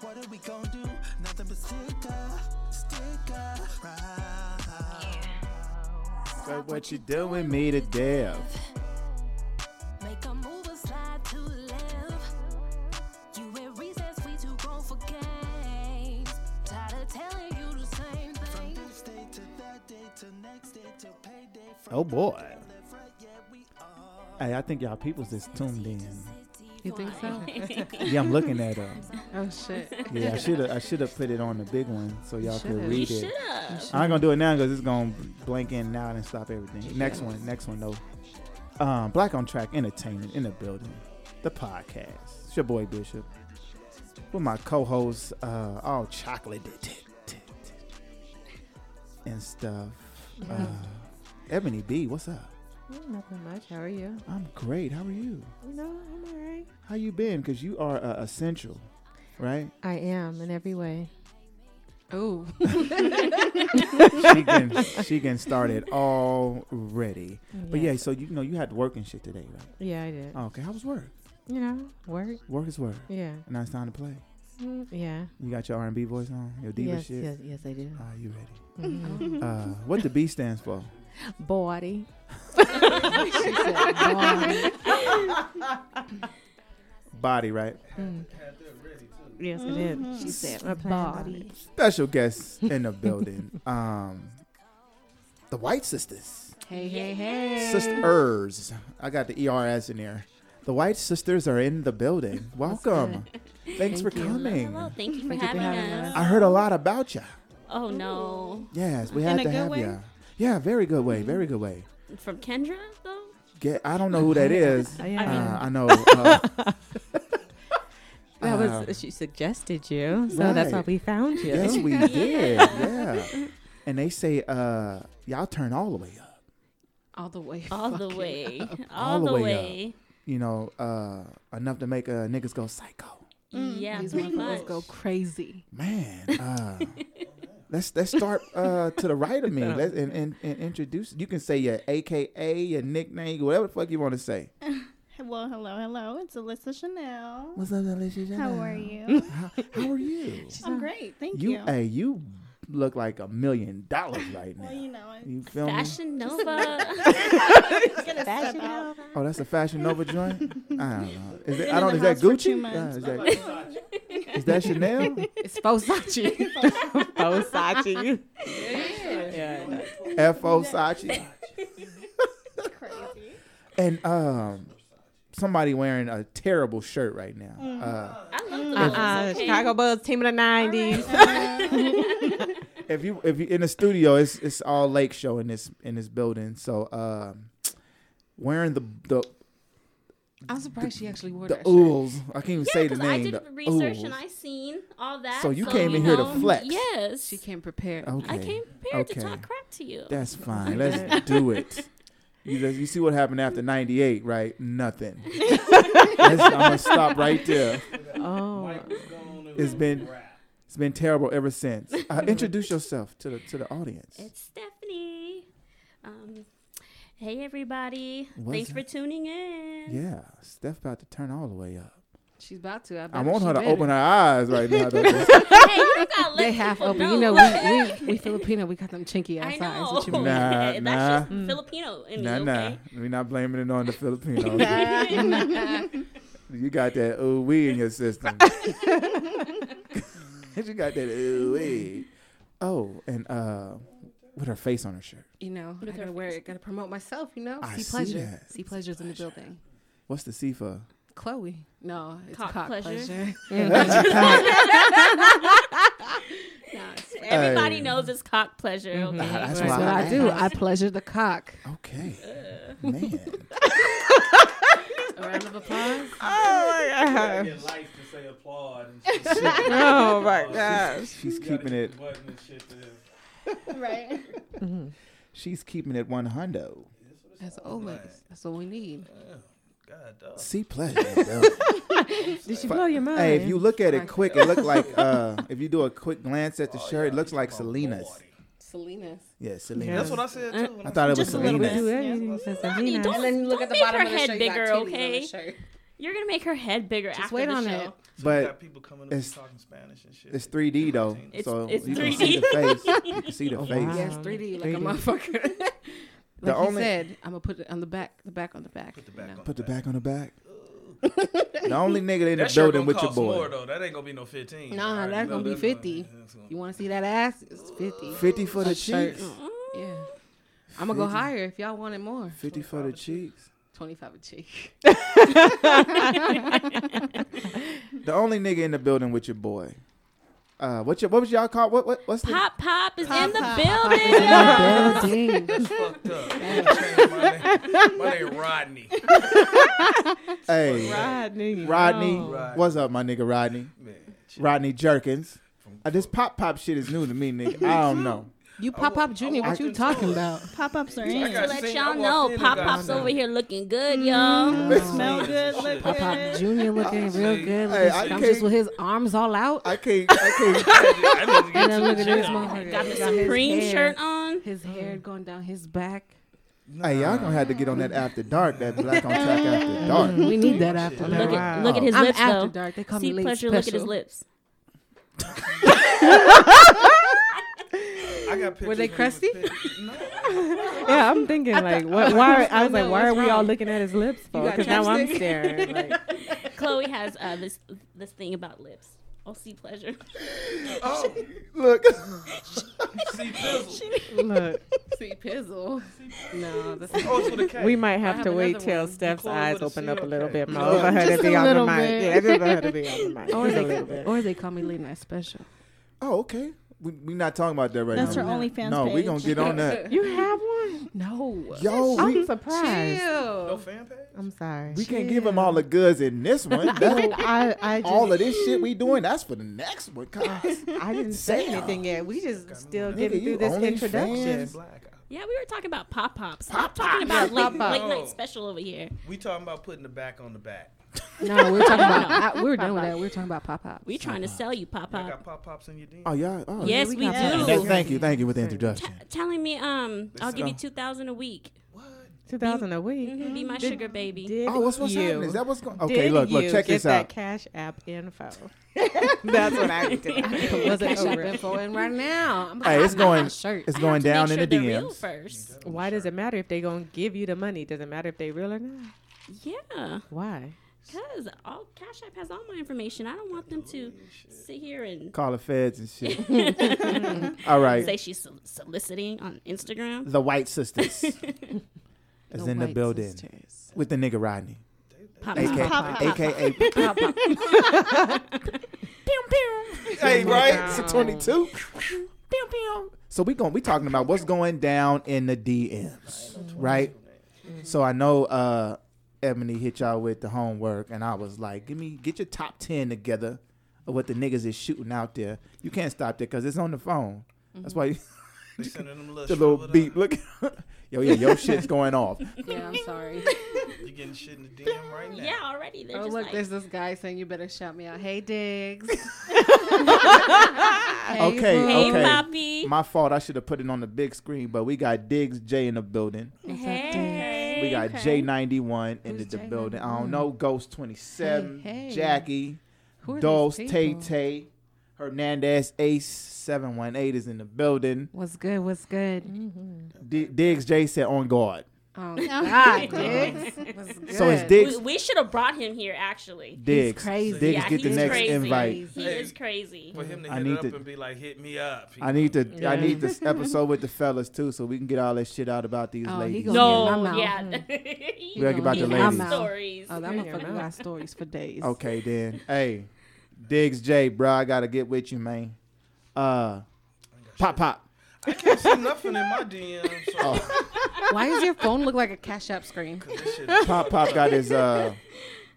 What are we gonna do? Nothing but stick up, stick up, right? But what you doing me to death? Make a move and slide to the left. You at recess, we too grown for games. Tired of telling you the same From thing. this day to that day to next day to payday. From Oh boy. left, right, yeah, we are. Hey, I think y'all people's is tuned in. You think so? Yeah, I'm looking at uh oh shit. Yeah, I should have I should have put it on the big one so y'all could should've. read it. I ain't gonna do it now because it's gonna blink in now and stop everything. Next one, next one though. Um, Black on Track Entertainment in the building, the podcast. It's your boy Bishop with my co-host, uh, all chocolate and stuff. Uh, Ebony B, what's up? Nothing much. How are you? I'm great. How are you? You know, I'm all right. How you been? Because you are uh, essential, right? I am in every way. Oh, she can she can start it already. But yeah, so you know you had work and shit today, right? yeah, I did. Oh, okay, how was work? You know, work. Work is work. Yeah, And now it's time to play. Mm, yeah. You got your R and B voice on, your diva yes, shit. yes, yes, I do. Mm-hmm. Are you ready? Uh, what the B stands for? Body. Body, right? Yes, I did. Mm-hmm. She said my body. Special guests in the building. Um, the White Sisters, Hey, hey, hey. sisters. I got the ers in there. The White Sisters are in the building. Welcome. Thanks for coming. Hello, thank you for Thank you for having having us. I heard a lot about ya. Oh no, Yes, we had a to good have way? ya. Yeah, very good way. Very good way. from Kendra though. Get, I don't know who that is. I am. Uh, I know. Uh, That Um, was she suggested you, so that's why right. we found you. yes, we did. Yeah. And they say, uh, y'all turn all the way up. All the way. All the way, all, the way. You know, uh, enough to make uh, niggas go psycho. Mm, Yeah, Mm, These pretty motherfuckers much. go crazy. Man, uh, let's let's start uh, to the right of me let's, and, and, and introduce. You can say your AKA, your nickname, whatever the fuck you want to say. Well, hello, hello. It's Alyssa Chanel. What's up, Alicia? How are you? How, how are you? I'm great. Thank you, you. hey, you look like a million dollars right now. well, you know, I'm You feel me? Fashion Nova. gonna step out. Oh, that's a Fashion Nova joint. I don't know. Is that, Been I in don't. the Is that house for two Gucci? Uh, months. is, that, is that Chanel? It's Fosachi. Fosachi. yeah. F O Sachi. Crazy. And um, somebody wearing a terrible shirt right now. Uh, I love the Uh uh okay. Chicago Bulls team of the nineties. if you if you in the studio, it's it's all Lake Show in this in this building. So um, wearing the the I'm surprised she actually wore the that shirt. ools. I can't even Yeah, say the 'cause name. I did the research oohls. and I seen all that. So you came in here to know, flex. Yes, She came prepared. Okay. I came prepared Okay. to talk crap to you. That's fine. Let's do it. You, just- you see what happened after 98, right? Nothing. Let's- I'm going to stop right there. Oh, It's been it's been terrible ever since. Uh, introduce yourself to the to the audience. It's Stephanie. Um, hey everybody, What's thanks for up? tuning in. Yeah, Steph about to turn all the way up. She's about to. I, I bet want she her to better. open her eyes right now. though. Hey, you don't gotta let They half people open. Know. You know, we, we, we Filipino, we got them chinky I ass eyes. know. What you mean? Nah, That's nah. just Filipino in me. nah, nah. okay? We're not blaming it on the Filipinos. you got that ooh wee in your system. you got that ooh wee. Oh, and uh, with her face on her shirt. You know, I gotta wear it. Gotta promote myself. You know, I see see pleasure. that. See pleasure's in the building. What's the C for? Chloe. No, it's Cock cock, pleasure. pleasure. Everybody Hey. knows it's cock pleasure. Okay. That's That's why what I do. I pleasure the cock. Okay. Man. A round of applause. Get lights to say applaud. And oh my gosh. She's keeping it button and shit to him. Right. she's keeping it one hundo. That's always. That's what we need. God dog. See pleasure. though. Did you blow your mind? hey, if you look at it quick, it look like uh if you do a quick glance at the Oh, shirt, it looks like Selena's. Selena's. Yeah, Selena's. That's what I said too. when I thought it was Just a little we do Selena's. everything for Rodney, Selena. don't, And then you look don't at the bottom make of her the head shirt. you got bigger, titties on the okay? shirt. You're gonna make her head bigger after wait the on show. it. So But you got people coming up it's- and talking Spanish and shit. It's 3D though, It's- so it's you can see the face. You can see the Oh, face. wow. Yes, Um, 3D like a 3D. motherfucker. like The you only- said, I'm gonna put it on the back, the back on the back. Put the you back know. on. Put the back on the back. the only nigga in the That shirt building gonna with your cost more boy. though. That ain't gonna be no fifteen. Nah, I already that's know gonna be money. 50. That's gonna- You want to see that ass? It's 50. 50 for the A shirt. cheeks. Mm. Yeah, I'm gonna go 50. higher if y'all wanted more. 50 for the cheeks. 25 a cheek. The only nigga in the building with your boy. Uh, what your what was y'all called? What what what's the Pop Pop is in the Pop. building. Building. Fucked up. I'm gonna change my name. My name Rodney. hey Rodney. Rodney? no. Rodney. What's up, my nigga Rodney? Man, shit. Rodney Jerkins. From- Uh, this pop pop shit is new to me, nigga. I don't know. You pop up, Junior. I What you walked talking into- about? Pop ups are in. I To got let seen- I y'all walked know, in, Pop got Pop's seen. over here looking good, Mm-hmm. y'all. Smell good, Shit. look Pop up, good. Junior looking real good. Hey, With I his, I'm can't- just with his arms all out. I can't I can't I need to get to And then the look at gym. this motherfucker. Got the He his Supreme hair- shirt on. His hair going down his back. Hey, y'all gonna have to get on that after dark, that black on track after dark. We need that after Look Look dark. at look at his I'm lips after though. dark. They call See me late pleasure. special. Look at his lips. I got pictures Were when he they was crusty? big. No. Yeah, I'm thinking like, what? Why? I was I like, know, why are what's we all wrong? looking at his lips for? got Because now I'm chapstick? staring. Like, Chloe has uh, this this thing about lips. Oh, see pleasure. Oh, Look, see Pizzle. look, See Pizzle. No, that's not Oh, it's with a K. we might have, have to wait another till one. Steph's Chloe eyes with a open C, up a little okay. bit more for her to Just be a on the little mic. bit. Yeah, just for her to be on the mic. or Just a they, little bit. or they call me late night special. oh okay. We we not talking about that right That's her now. OnlyFans no, page. we gonna get on that. You have one? No. Yo, we, I'm surprised. No Chill. fan page? I'm sorry. we can't give him all the goods in this one. That- I, I just, all of this shit we doing, that's for the next one. Cause I didn't say Damn. anything yet. We just still Nigga, getting you through this only introduction. fans? Black. Yeah, we were talking about Pop Pop. Stop talking about late, late night special over here. We talking about putting the back on the back. No, we're talking about. I, we're done with that. We're talking about pop up. We trying to sell you Pop I Pop. got pop pops in your DM. oh y'all, oh, Yes, we we got Pop And Pop. that- do. thank you, thank you with the introduction. Telling me, um, I'll give you go. two thousand a week. What? Two thousand a week. Mhm, Be my sugar baby. Did Oh, what's what's you, happening? Is that what's going? did Okay, look, look, you check get this that out. Cash App info. That's what I did. Was it over info in right now? I'm Hey, it's going, a shirt. it's I going have down to in make sure the they're Real DMs. first. Why does it matter if they gonna give you the money? Does it matter if they real or not? Yeah, Why? cause all Cash App has all my information. I don't want them to sit here and Call the feds and shit. all right, say she's sol- soliciting on Instagram. the white sisters is in the White building Sisters. with the nigga Rodney, Pop aka, Pop. aka, Pop-up. hey, right, so twenty two. So we going we talking about what's going down in the DMs, right? So I know uh Ebony hit y'all with the homework, and I was like, give me get your top ten together of what the niggas is shooting out there. You can't stop there because it's on the phone. That's why you, They sending them a little, the little shriveled beep. up. Look, yo, yeah, your shit's going off. Yeah, I'm sorry. You getting shit in the DM right now? Yeah, already they're Oh, just look, like, there's this guy saying you better shout me out. Hey, Diggs. hey, Okay, boo. "Hey, okay. Poppy, My fault. I should have put it on the big screen, but we got Diggs J in the building. hey, We got J ninety one in the, Who's the J91? building. I don't know. Ghost twenty seven, Hey, hey. Jackie, Who are these Dulce, Tay people? Tay, Hernandez, Ace seven one eight is in the building. What's good? What's good? D- Diggs J said on guard. Oh, God, Diggs. What's good? So it's Diggs. We, we should have brought him here actually. Diggs. crazy. Diggs Yeah, get the he's next crazy. invite. He Hey. is crazy. For him to I hit need it up to- and be like, hit me up. I need to. I Yeah. need this episode with the fellas too, so we can get all that shit out about these Oh, he ladies. gonna No, I'm out. yeah. We gotta get back to He ladies. has I'm out. Stories. Oh, that Yeah, motherfucker man. got stories for days. Okay then. Hey, Diggs J, bro, I gotta get with you, man. Uh, pop pop. I can't see nothing in my DM. So Oh. Why does your phone look like a Cash App screen? this shit is- Pop Pop got his uh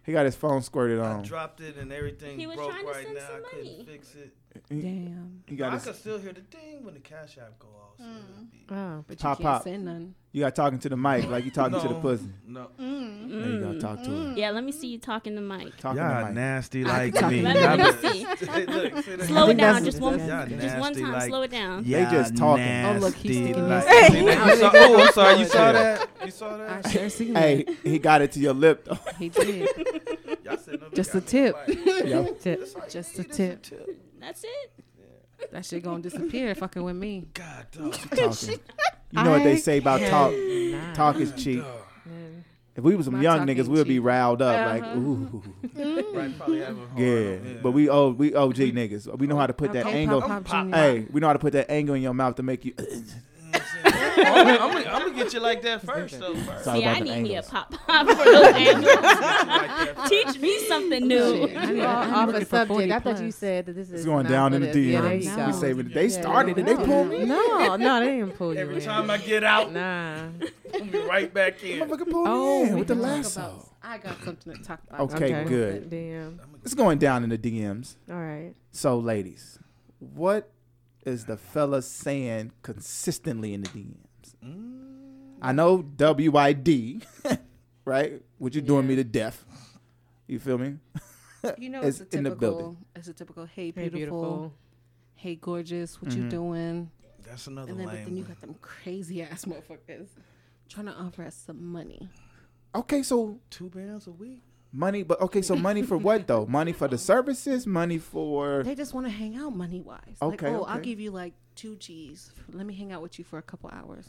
he got his phone squirted I on. dropped it and everything He was broke trying to right send now. some I couldn't money. fix it. Damn. He got I his, could still hear the ding when the cash app go off. so it'll Mm. be- Oh, But you Pop, can't pop. send none. you got talking to the mic like you talking to the No, pussy. No. Now you Mm. gotta talk to him. Yeah, let me see you talking to Mike. Talking to the mic. nasty like talk me. Let me, let me see. Slow it down just one, Y'all just one nasty time. like- slow it down. They just talking. Oh, look, he's nasty still like- listening. See that? You saw- Oh, I'm sorry. You saw that? You saw I that? sure seen Hey, he got it to your lip though. that. He did. look Just at a me tip. like- Yo. Tip. It's like, Just you a just tip. That's it. That shit gonna disappear fucking with me. God, dog. Talking. You know what they I say about talk? Talk is cheap. If we was some My Uh-huh. young talk niggas, ain't we'd be cheap. riled up like, ooh, Right, probably have a Oh, yeah. But we old, we OG niggas. We know how to put that Okay, angle. Pop, Pop Junior. Hey, we know how to put that angle in your mouth to make you. I'm going to get you like that first, though. First. Sorry See, about I the need me a angles. pop pop for those angles. Get you like that Teach me something new. Shit, I need- Well, I'm off looking a for 40 subject, I thought you plus. said that this is It's going not down for in the this. Yeah, there DMs. you we go. saving it. They Yeah, started it. They no. pulled me. No, no, they didn't pull you. Every in. time I get out, Nah. I'm be right back in. Motherfucker pulled Oh, me in we with the can talk lasso. I got something to talk about. Okay, good. Damn. It's going down in the DMs. All right. So, ladies, what is the fella saying consistently in the DMs? Mm, I know WID, right? What you doing me to death? You feel me? You know, It's it's, a in the typical. building. It's a typical. Hey, Very beautiful. Hey, beautiful. gorgeous. Mm-hmm. What you doing? That's another And then, but then lame. you got them crazy ass motherfuckers trying to offer us some money. Okay, so Two pounds a week? money, but okay, so money for what though? Money for the services? Money for They just want to hang out money wise. like, Okay, oh, I'll okay. give you like two G's. Let me hang out with you for a couple hours.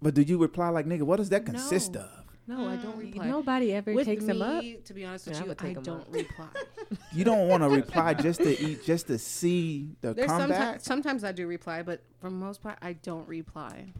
But do you reply like nigga, what does that consist No. of? No, I don't reply. Mm, Nobody ever with takes me, him up. to be honest Yeah, with I would you, I take 'em don't up. reply. You don't want to reply just to eat just to see the There's comeback. sometimes, sometimes I do reply, but for the most part, I don't reply.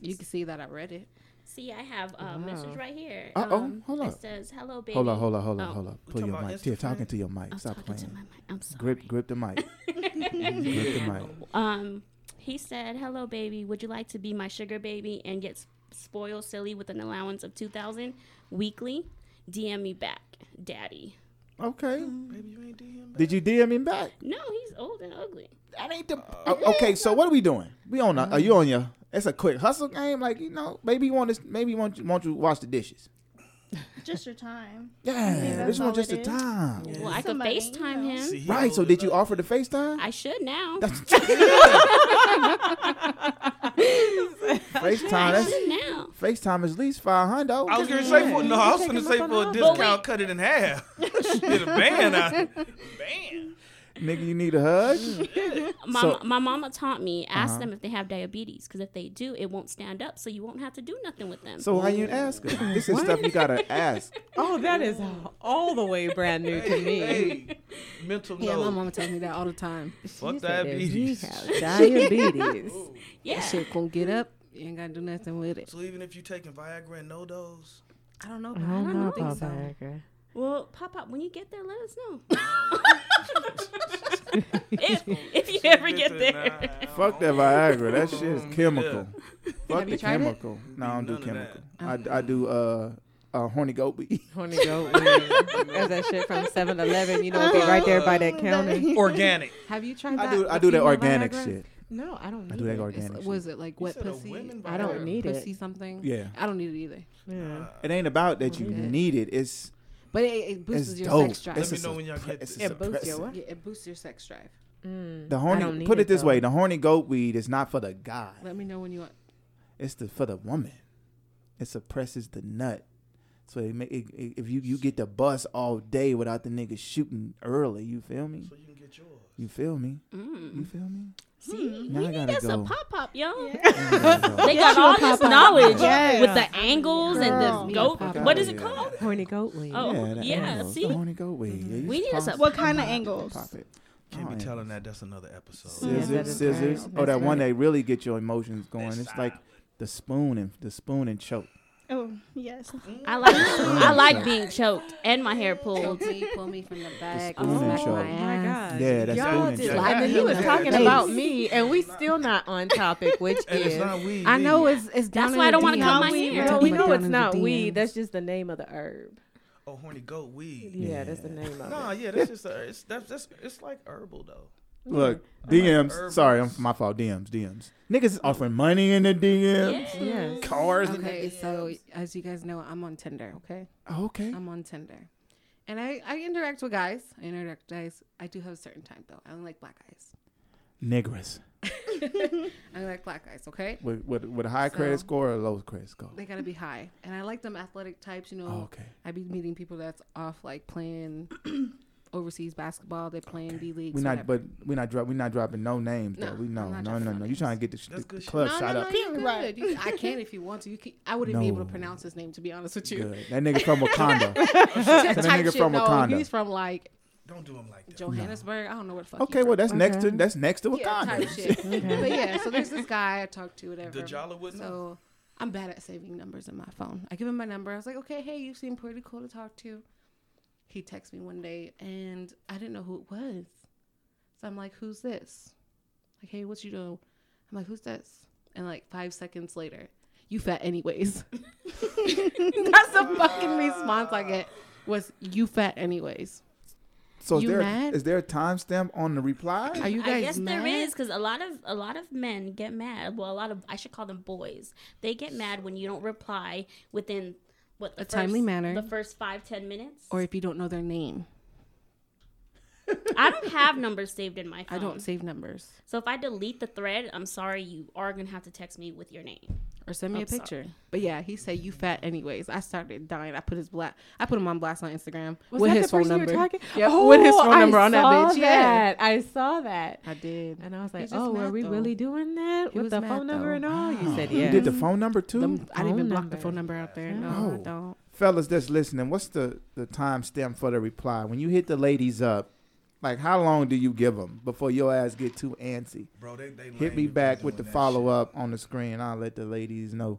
You can see that I read it. See, I have a message right here. Uh-oh, Um, hold It up. says, "Hello, baby." Hold on, hold on, hold on, Oh, hold on. talking Pull your about mic. Tia, Instagram? talking to your mic. Stop Talking playing. to my mic. I'm sorry. Grip, grip the mic. grip the mic. Um, he said, "Hello, baby. Would you like to be my sugar baby and get s- spoiled silly with an allowance of two thousand weekly? DM me back, daddy." Okay. Baby, you ain't DM back. Did you DM him back? No, he's old and ugly. That ain't the. Uh, O- okay, so what are we doing? We on a. Are you on your? It's a quick hustle game. Like you know, maybe you want this. Maybe you want you want you to wash the dishes. Just your time. Yeah, Yeah, this that's one all just the it is. time. Well, I could Somebody, you FaceTime know. him. See, he Right. So old did you enough. offer the FaceTime? I should now. That's FaceTime. I That's should now. FaceTime is at least five hundred. I was gonna say for no, I was gonna say for a discount, wait. cut it in half. Did a band out. Band. Nigga, you need a hug. Mm. My, So- Uh-huh. my mama taught me ask them if they have diabetes because if they do, it won't stand up, so you won't have to do nothing with them. So how you ask her? This is stuff you gotta ask. Oh, that is all the way brand new to me. Hey, mental Yeah, my note. mama tells me that all the time. Fuck She said if You diabetes. have diabetes. yeah, Shit, gonna get up. You ain't gotta do nothing with it. So even if you taking Viagra and no dose, I don't know. I But I don't, know think about so. Viagra. Well, Pop Pop, when you get there, let us know. if, if you ever get there. Fuck that Viagra. That shit is Mm, chemical. Fuck Have the you tried it? Uh-huh. chemical. No, I don't do None of chemical. I, I do uh, uh horny goat weed. Horny goat weed. That's that shit from 7-Eleven. You know, it'd be right there by Oh, that counter. Organic. Have you tried that? I do The I do that female organic Viagra? shit. No, I don't need I do that it. It's- organic shit. was it like wet said a pussy? women I don't Viagra. need it. pussy something. Yeah. I don't need it either. Uh, Yeah. It ain't about that you Okay. need it. It's But it, it boosts it's your dope. sex drive. It's Let me a know when y'all suppre- get it's a this. It boosts your suppressant. what? yeah, it boosts your sex drive. The don't horny need put it it, this though. way, the horny goat weed is not for the guy. Let me know when you want. It's the for the woman. It suppresses the nut. So it, ma- it, it, if you you get the bus all day without the nigga shooting early, you feel me? So you can get yours. You feel me? You Mm. feel me? See, Now we I need gotta us a go. Pop Pop, yo. I gotta go. They got all this knowledge Yeah. with the angles Girl. and the goat. Pop Pop. What is it Yeah. called? Mm. Horny goat weed. Oh, the yeah, angles, the see? horny goat weed. Yeah, you We just need us pop- a- What kind of angles? Pop it. Can't Oh, be yeah. telling that. That's another episode. Yeah, Scissors, that is scissors. right. Oh, that That's one right. that really gets your emotions going. This It's like the spoon and the spoon and choke. Oh, yes. I like I like being choked and my hair Pull pulled. me, pull me from the back. spoon and smack show. my Oh, ass. God. Yeah, that spoon Y'all and just choke. lied to lying. me He was with talking that about face. me, and we still not on topic, which And is it's not weed. I know neither. it's it's down. That's in why I the don't want to DMs. cut my we- hair. No, Talking we about know down it's in the not weed. DMs. That's just the name of the herb. Oh, horny goat weed. Yeah, that's the name of Nah, it. yeah, that's just a, it's that's, that's it's like herbal though. Look, like DMs. herbals. sorry, I'm my fault. DMs, DMs. Niggas is offering money in the DMs, Yeah. Yes. cars. in the- Okay, so as you guys know, I'm on Tinder. Okay, Okay. I'm on Tinder, and I I interact with guys. I interact with guys. I do have a certain type though. I don't like black guys. Negras I like black guys, okay? with with, with a high credit So- score or a low credit score. They gotta be high, and I like them athletic types. You know, Oh, okay. I be meeting people that's off like playing overseas basketball. They playing D league. We not, but we not drop. We not dropping no names. No, though. we I'm know, not no, dropping no, no no. You names. trying to get the, That's the good shit. club no, shot no, up? no, you're good. Right. You- I can if you want to. You can, I wouldn't be able No. to pronounce his name to be honest with you. Good. That nigga from Wakanda. that That type nigga shit. from no, Wakanda. he's from like Don't do him like that. Johannesburg. I don't know what the fuck. okay, he's well from. that's next to Okay. that's next to yeah, Wakanda. type shit. But yeah, so there's this guy I talked to, whatever. The Jala would know. So I'm bad at saving numbers in my phone. I give him my number. I was like, okay, hey, you seem pretty cool to talk to. He texts me one day and I didn't know who it was. So I'm like, who's this? Like, hey, what you doing? I'm like, who's this? And like five seconds later, you fat anyways. That's the fucking response I get was you fat anyways. So is You there mad? is there a timestamp on the reply? Are you guys I guess mad? there is because a lot of a lot of men get mad. Well, a lot of I should call them boys. They get mad when you don't reply within what the A timely first- manner. the first five ten minutes. Or if you don't know their name. I don't have numbers saved in my phone. I don't save numbers. So if I delete the thread, I'm sorry, you are gonna have to text me with your name. or send me I'm a picture. But yeah, he said you fat anyways. I started dying. I put his black. I put him on blast on Instagram Was with that his the phone person you were number. talking- Yep, with his Oh, phone I number on that saw bitch. Yeah, that. I saw that. I did. And I was like, He's just oh, were mad, we though. really doing that He with was the mad, phone number and though. all? You said You yes. did the phone number too, Them- I Phone didn't even block the number. phone number out there. No, Oh. I don't. fellas. That's listening. What's the the timestamp for the reply when you hit the ladies up? Like how long do you give them before your ass get too antsy? Bro, they, they Hit lame me if they back doing with the that shit. follow up on the screen. I'll let the ladies know.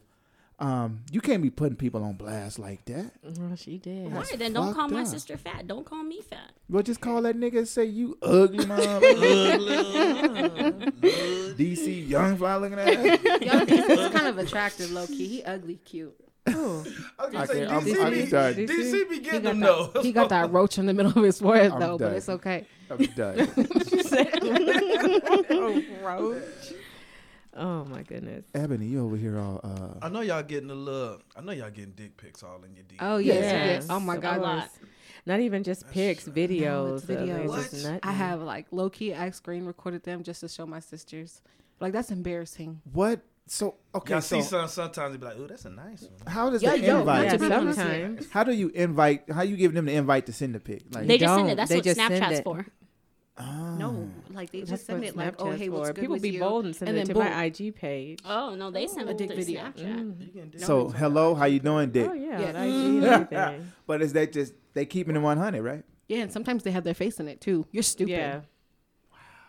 Um, you can't be putting people on blast like that. Well, she did. That's Why? Then don't call fucked my up. sister fat. Don't call me fat. Well, just call that nigga and say you ugly mom, DC young fly looking at. Her. Yo, this is kind of attractive, low key. He ugly, cute. I was I gonna say, can't- I'm- DC I'm be- done. DC be He getting got, them that, though. he got that roach in the middle of his forehead I'm though, done. but it's okay. I'm done. Oh my goodness. Ebony, you over here all uh, I know y'all getting a love. I know y'all getting dick pics all in your DMs. Oh yes, Yes. yes. Oh my A god, lot. Not even just pics, No, videos. it's of it, videos. just What? nothing. I have like low key. I screen recorded them just to show my sisters. Like that's embarrassing. what? So okay, Y'all so see some sometimes you be like, "Ooh, that's a nice Mm-hmm. one." how does Yeah, the yo, invite? Yeah, to be honest, sometimes. How do you invite? How you give them the invite to send the pic? Like, They just send don't. it. That's They what just send Snapchat's it. for. No, like they Mm. That's just send what it like, oh Snapchat's hey, what's for. good People with be you? bold and send And it to then boom. my IG page. Oh no, they send a it dick through video. Mm. Snapchat. You getting dick so pics on hello, how you doing, Dick? Oh yeah, Yeah. Mm. on IG and everything. But is that just they keeping it one hundred, right? Yeah, and sometimes they have their face in it too. You're stupid. yeah.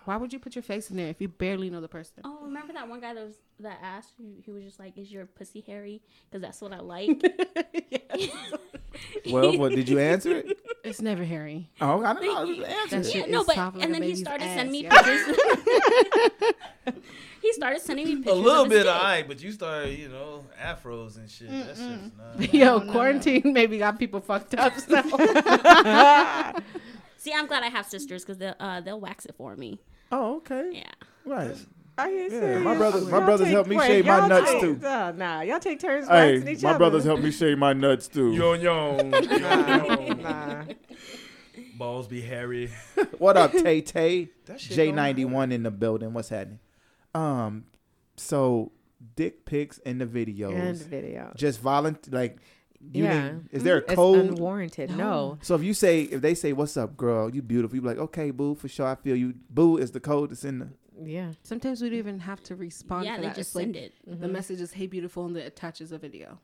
Why would you put your face in there if you barely know the person? Oh, remember that one guy that was that asked? He, he was just like, "Is your pussy hairy?" Because that's what I like. Well, what did you answer it? It's never hairy. Oh, I don't know. I was That answering. shit yeah, no, is but soft like and a then he baby's started ass, sending me yeah. pictures. he started sending me A pictures. little of his bit, dick. all right, but you start, you know, afros and shit. Mm, That's just not. Yo, quarantine maybe got people fucked up. So See, I'm glad I have sisters because they'll uh, they'll wax it for me. Oh, okay, Yeah, right. Are you Yeah, serious? my brothers- my Y'all brothers take- helped me wait, shave my y'all nuts, take- too. Nah, nah, y'all take turns waxing each other. helped me shave my nuts too. Yo, yo, yo, yo. Nah. Balls be hairy. What up, Tay Tay? That shit J don't ninety one in the building. What's happening? Um, so dick pics in the videos. End video. Just volunteer. Like, you Yeah. Mm-hmm. didn't- is there a It's code? unwarranted. No. so if you say if they say what's up, girl, you beautiful, you be like okay, boo, for sure, I feel you. Boo is the code that's in the. Mm-hmm. Yeah. sometimes we don't even have to respond. yeah, to they that. just It's like send it. Mm-hmm. The message is "Hey, beautiful," and it attaches a video.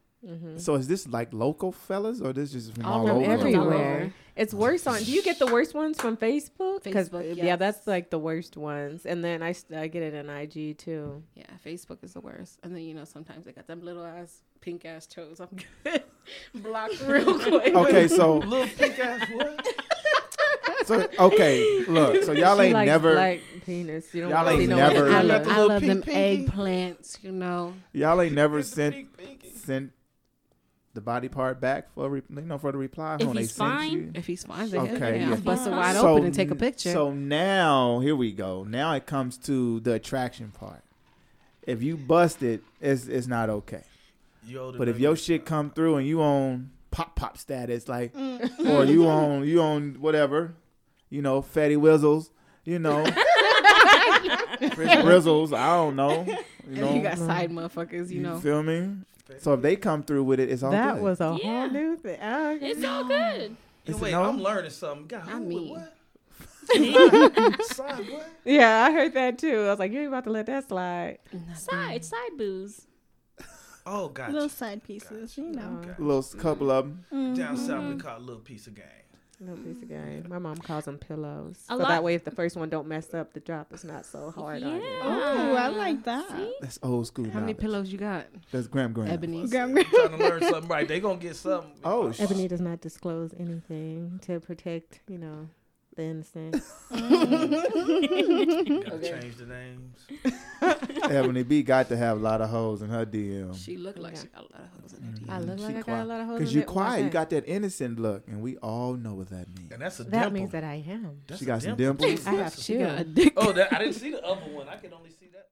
So is this like local fellas or this just from all, From over? everywhere. over. It's worse on. Do you get the worst ones from Facebook? 'Cause, uh, Facebook, yeah, yes. that's like the worst ones. And then I, st- I get it in IG too. Yeah, Facebook is the worst. And then you know sometimes they got them little ass pink ass toes. I'm good. blocked real quick. Okay, so Little pink ass what? so okay, look, so y'all She ain't likes never black penis. You don't Y'all wanna ain't see no never- other I Really? love, color. I Little love pink them pinky. eggplants. You know. y'all ain't never sent Pink pinky. sent the body part back for a re, you know for the reply. If when they he's sent fine, you. If he's fine, then Okay, okay, yeah, yeah. I'll bust it wide So open and take a n- picture. So now here we go. Now it comes to the attraction part. If you bust it, it's it's not okay. You older But if than your me. shit come through and you on pop pop status, like, Mm. or you on you on whatever, you know, Fatty Wizzles, you know, Chris Brizzles. I don't know. You And know, then you got side motherfuckers, you know. feel me? So if they come through with it, it's all that good. was a Yeah. whole new thing. I don't- It's all good. Yo, Is it wait, no? I'm learning something. God, who, I mean- what? Side what? yeah, I heard that too. I was like, you ain't about to let that slide. Side, side booze. Oh, gotcha. Little side pieces, you know. Gotcha. little s- couple of them. Down south, Mm-hmm. we call it little piece of game. No piece of game. My mom calls them pillows. A so lot- that way, if the first one don't mess up, the drop is not so hard on you. Oh, I like that. That's old school. How many knowledge. pillows you got? That's Graham Graham. Ebony. Graham, I'm trying to learn something right. They gonna get something. Oh, sh- Ebony does not disclose anything to protect, you know, the innocent. Mm, gotta change the names. Ebony B got to have a lot of hoes in her DM. She looked like she got a lot of hoes in her I look She like I got a quiet. lot of hoes. Cause in you it. What's quiet, you that? got that innocent look, and we all know what that means. And that's a That dimple. means that I am. That's She a got some dimple. dimples. I have She got a two. dick. Oh, that, I didn't see the other one. I could only see that.